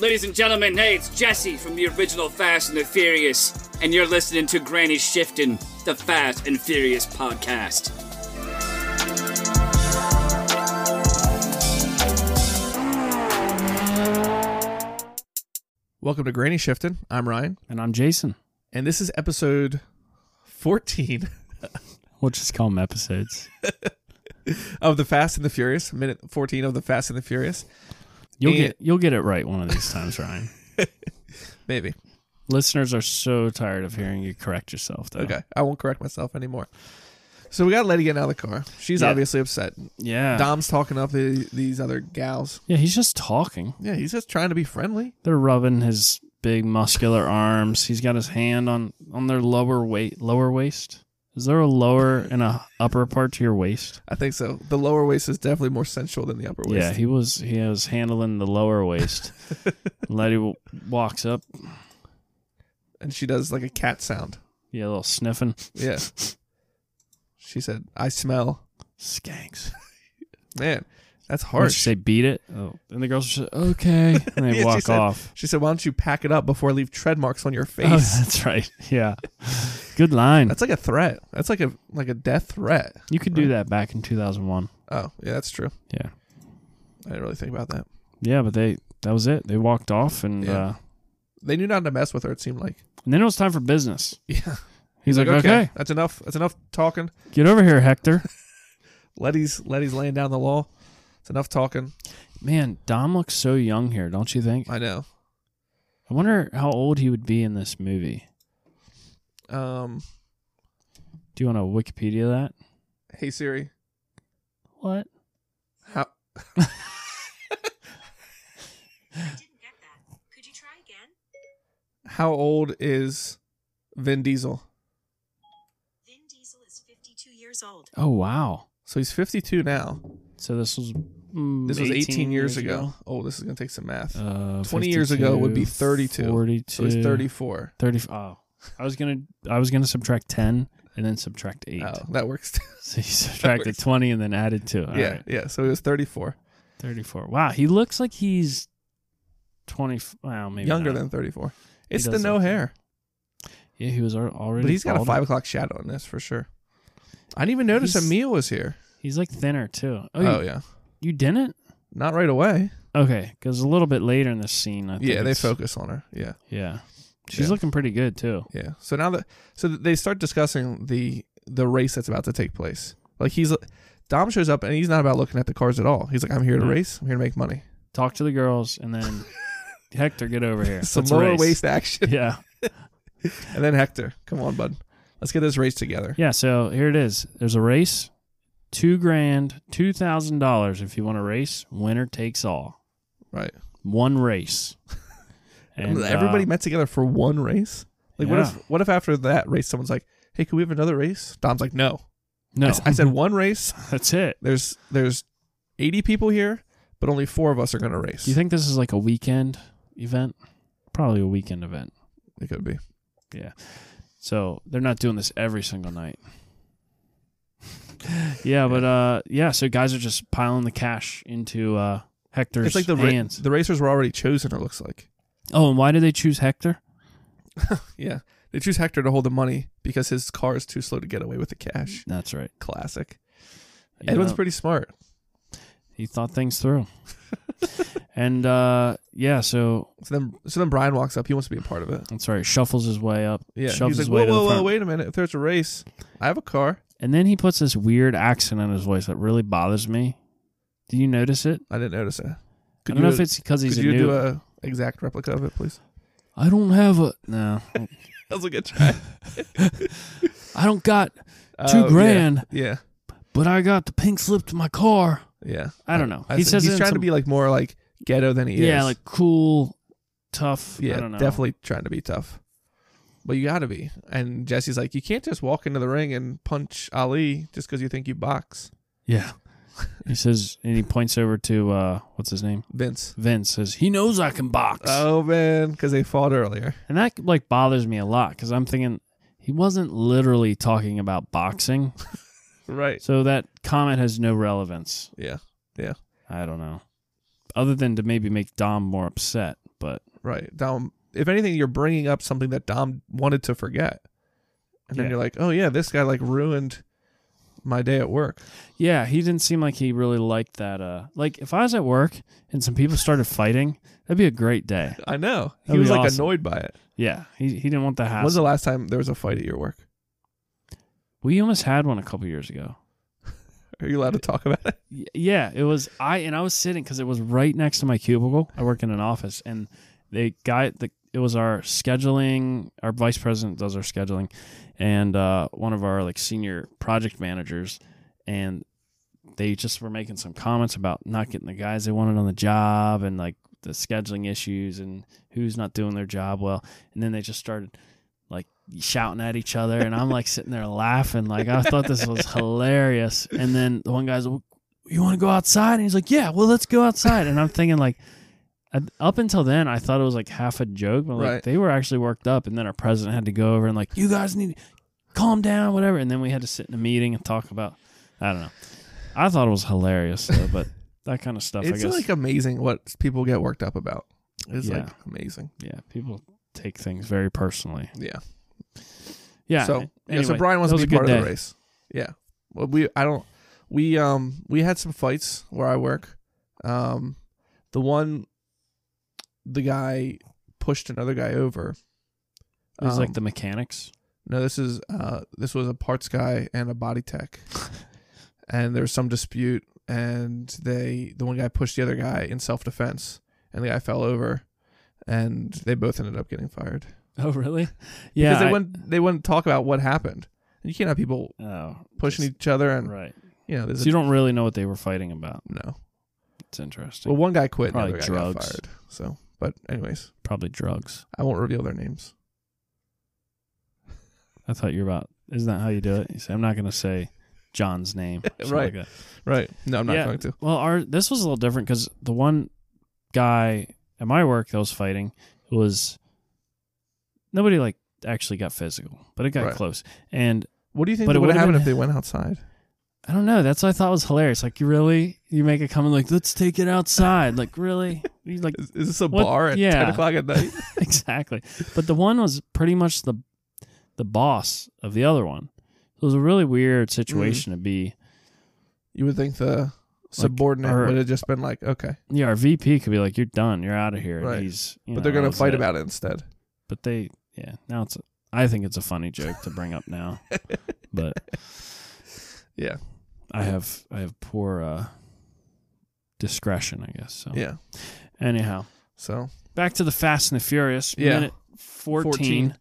Ladies and gentlemen, hey, it's Jesse from the original Fast and the Furious, and you're listening to Granny Shifting, the Fast and Furious podcast. Welcome to Granny Shifting. I'm Ryan, And I'm Jason. and this is episode 14 We'll just call them episodes. of The Fast and the Furious, minute 14 of The Fast and the Furious. You'll Yeah. get you'll get it right one of these times, Ryan. Maybe. Listeners are so tired of hearing you correct yourself. Though. Okay. I won't correct myself anymore. So we got a lady getting out of the car. She's Yeah. Ah. obviously upset. Yeah. Dom's talking up the, these other gals. Yeah. He's just talking. Yeah, he's just trying to be friendly. They're rubbing his big muscular arms. He's got his hand on on their lower weight lower waist. Is there a lower and a upper part to your waist? I think so. The lower waist is definitely more sensual than the upper waist. Yeah, he was he was handling the lower waist. Lady w- walks up, And she does like a cat sound. yeah, a little sniffing. Yeah. she said, I smell. Skanks. Man, that's harsh. Harsh. She say beat it. Oh. And the girls are just, okay, and they Yeah, she walk said, off. She said, "Why don't you pack it up before I leave tread marks on your Oh, face?" that's right. Yeah. Good line. That's like a threat. That's like a like a death threat. you could do that back in 2001. Oh, yeah, that's true. Yeah. I didn't really think about that. Yeah, but they that was it. They walked off and Yeah. uh They knew not to mess with her. It seemed like. and then it was time for business. Yeah. He's, like, okay. that's enough. That's enough talking. get over here, Hector. Letty's Letty's laying down the law. It's enough talking. Man, Dom looks so young here, don't you think? I know. I wonder how old he would be in this movie. Um, Do you want to Wikipedia that? hey Siri, What? how I didn't get that. Could you try again? how old is Vin Diesel? Vin Diesel is 52 years old. Oh wow. So he's 52 now. So this was mm, This was 18, years, ago. Oh, this is gonna take some math. Uh, 20 years ago would be 32. 42. so he's 34. 30 oh i was gonna i was gonna subtract 10 and then subtract 8 Oh, that works. too. so you subtracted works. 20 and then added 2 All yeah, right. yeah. So he was 34. 34 wow he looks like he's 20 well maybe younger not. than 34. It's does the no look- hair, yeah he was al- already but he's got a bald. five o'clock shadow on this for sure. I didn't even notice He's- Emil was here. he's like thinner too oh, Oh, you, yeah, you didn't not right away. okay because a little bit later in this scene I think Yeah, they it's- focus on her. Yeah, yeah she's Yeah. looking pretty good too yeah. So now that so that they start discussing the the race that's about to take place. Like he's Dom shows up and he's not about looking at the cars at all. He's like, I'm here to Mhm. race. I'm here to make money. talk to the girls and then hector get over here Some Let's lower race. waist action, yeah and then Hector, come on, bud, let's get this race together. Yeah, so here it is. There's a race. Two grand, two thousand dollars if you want to race. Winner takes all. Right. One race. And, Everybody uh, met together for one race. Like what Yeah. if what if after that race someone's like, "Hey, can we have another race?" Dom's like, "No." I, no, Mm-hmm. s- I said one race. that's it. There's there's 80 people here, but only 4 of us are going to race. Do you think this is like a weekend event? Probably a weekend event. it could be? So they're not doing this every single night. yeah, but uh, yeah. So guys are just piling the cash into uh, Hector's It's like the ra- hands. the racers were already chosen it looks like. oh, and why do they choose Hector? Yeah. They choose Hector to hold the money because his car is too slow to get away with the cash. That's right. Classic. You Edwin's know- pretty smart. he thought things through. and uh, yeah, so So then so then Brian walks up. He wants to be a part of it. I'm sorry, shuffles his way up, Yeah. shoves He's like, his way "Whoa, to whoa, the whoa, front, wait a minute. If there's a race, I have a car." and then he puts this weird accent on his voice that really bothers me. Do you notice it? I didn't notice that. Could I don't know you- if it's because he's Could a you new. do a exact replica of it, please? I don't have a no. That was a good try. I don't got Two two grand, Yeah. but I got the pink slip to my car. Yeah. I don't know. I he see. says it he's in trying some- to be like more like ghetto than he is. yeah, like cool, tough. yeah, I don't know. definitely trying to be tough. But you got to be. And Jesse's like, you can't just walk into the ring and punch Ali just because you think you box Yeah. He says, and he points over to uh, what's his name, Vince. Vince. Says he knows I can box. Oh man, because they fought earlier. And that like bothers me a lot because I'm thinking he wasn't literally talking about boxing, Right. so that comment has no relevance. Yeah. I don't know, other than to maybe make Dom more upset. but Right. Dom, if anything, you're bringing up something that Dom wanted to forget. And then Yeah. you're like, oh, yeah, this guy like ruined my day at work. yeah, he didn't seem like he really liked that. Uh, like if I was at work and some people started fighting, that'd be a great day. I know. He That'd was be like awesome. annoyed by it. Yeah, he he didn't want the When's the hassle. last time there was a fight at your work? we almost had one a couple years ago. Are you allowed to talk about it? Y- yeah it was i and i was sitting because it was right next to my cubicle i work in an office and they guy the it was our scheduling our vice president does our scheduling and uh, one of our like senior project managers and they just were making some comments about not getting the guys they wanted on the job and like the scheduling issues and who's not doing their job well and then they just started like shouting at each other and i'm like sitting there laughing like i thought this was hilarious and then the one guy's like, you want to go outside? And he's like, yeah, well, let's go outside. And I'm thinking like, I- up until then, I thought it was like half a joke, but like Right. they were actually worked up. And then our president had to go over and like, you guys need to calm down, whatever. And then we had to sit in a meeting and talk about, I don't know. I thought it was hilarious, though, but that kind of stuff, I It's guess. like amazing what people get worked up about. It's like Yeah. amazing. yeah, people take things very personally. Yeah. Yeah. So, yeah, so anyway, Brian wants that to was be a good part of day. the race. Yeah. Well, we I don't we um we had some fights where I work. Um the one the guy pushed another guy over. It was Um, like the mechanics. No, this is uh this was a parts guy and a body tech. and there was some dispute and they the one guy pushed the other guy in self defense and the guy fell over and they both ended up getting fired. Oh, really? Because Yeah. they I- wouldn't they wouldn't talk about what happened. And you can't have people oh, pushing just- each other and Right. you know there's So a you don't really know what they were fighting about. No. It's interesting. Well, one guy quit. and the Probably other guy got drugs. fired. So, but anyways, Probably drugs. I won't reveal their names. I thought you were about. Isn't that how you do it? You say, I'm not going to say John's name. or something Right. like that. Right? No, I'm not Yeah. going to. Well, our this was a little different because the one guy at my work that was fighting was nobody like actually got physical, but it got Right. close. And What do you think But it would have would've happened been- if they went outside? I don't know. That's what I thought was hilarious. Like, you really? You make a comment like, "Let's take it outside." Like, really? You like Is, is this a What- bar at yeah. ten o'clock at night? exactly. But the one was pretty much the the boss of the other one. So it was a really Mm-hmm. weird situation to be. you would think the subordinate or- would have just been like, okay, Yeah, our VP could be like, "You're done. You're out of here." and Right. he's, you but know, they're that gonna was fight it. about it instead. But they, yeah. Now it's. A, I think it's a funny joke to bring up now, but Yeah, I have I have poor uh discretion, I guess. So yeah. anyhow, So, back to the Fast and the Furious. Yeah. Minute 14. 14.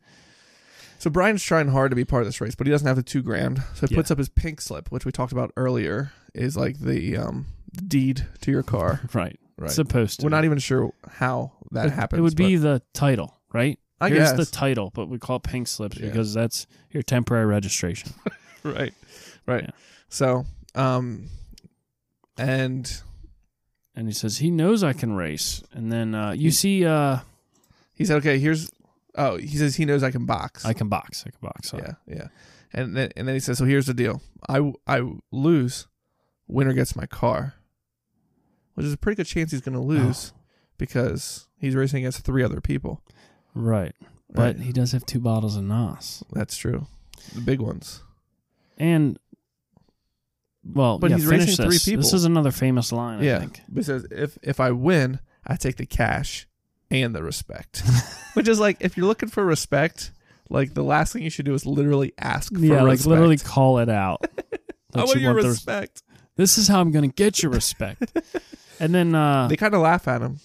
so Brian's trying hard to be part of this race, but he doesn't have the two grand, so he Yeah. puts up his pink slip, which we talked about earlier, is like the um, deed to your car. Right. Right. Supposed to. We're not even sure how that it, happens. It would be but the title, right? I Here's guess the title, but we call it pink slips Yeah. because that's your temporary registration. right right Yeah. so um and And he says he knows I can race. And then uh, you see, uh, he said okay here's oh he says he knows i can box I can box. I can box. Sorry. yeah yeah and then and then he says so here's the deal i i lose winner gets my car which is a pretty good chance he's going to lose because he's racing against three other people Right. But Right. he does have two bottles of Nas. that's true the big ones And well, But yeah, he's finish racing three this. This people. is another famous line. I yeah think. but he says if if i win i take the cash and the respect which is like if you're looking for respect like the last thing you should do is literally ask for yeah, like respect. literally call it out. I That want you your want the- respect. this is how I'm going to get your respect. and then, uh, They kind of laugh at him.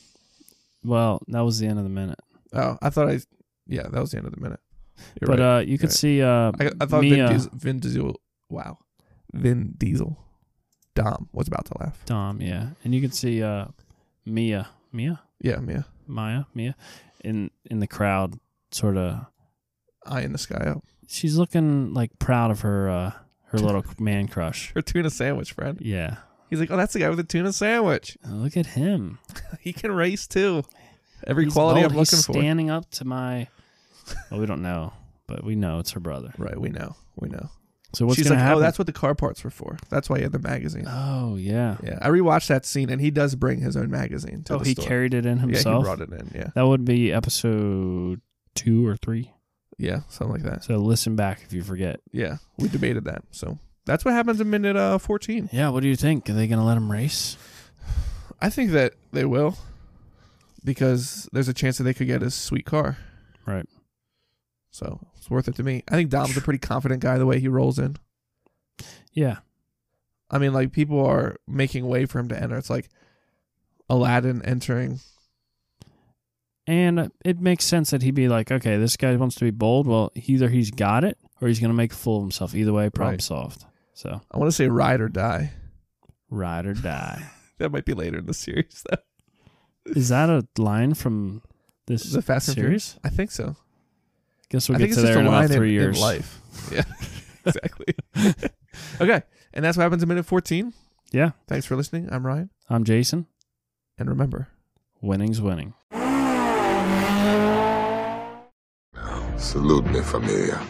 well, that was the end of the minute. Oh, I thought I. Yeah, that was the end of the minute. You're but right. uh, you could right. see uh, I, I thought Vin Mia Diesel, Vin Diesel. Wow, Vin Diesel. Dom was about to laugh. Dom, yeah, and you could see uh, Mia, Mia, Yeah, Mia. Maya, Mia, in in the crowd, sort of. Eye in the sky up. She's looking like proud of her uh, her little man crush. Her tuna sandwich friend. Yeah, He's like, oh, that's the guy with the tuna sandwich. Oh, look at him. He can race too. Every He's quality bold. I'm He's looking for. standing up to my. Well, we don't know, but we know it's her brother. Right, we know, we know. So what's She's gonna like, happen? "Oh, that's what the car parts were for. That's why he had the magazine." Oh, yeah. Yeah, I rewatched that scene, and he does bring his own magazine. To oh, the he store. carried it in Yeah, he himself. brought it in. Yeah, That would be episode two or three. yeah, something like that. So listen back if you forget. Yeah, we debated that. So that's what happens in minute uh, fourteen. Yeah, what do you think? Are they gonna let him race? I think that they will, because there's a chance that they could get his sweet car. Right. So it's worth it to me. I think Dom's a pretty confident guy the way he rolls in. Yeah. I mean, like people are making way for him to enter. It's like Aladdin entering. And it makes sense that he'd be like, okay, this guy wants to be bold. Well, either he's got it or he's gonna make a fool of himself. Either way, problem Right. solved. So I want to say ride or die. ride or die. That might be later in the series, though. Is that a line from this The Fast and series? I think so. Guess we'll I get think to there in about in- three in years. life. Yeah, exactly. okay, and that's what happens in minute fourteen. Yeah. Thanks for listening. I'm Ryan, I'm Jason. and remember. Winning's winning. Salute me, familia.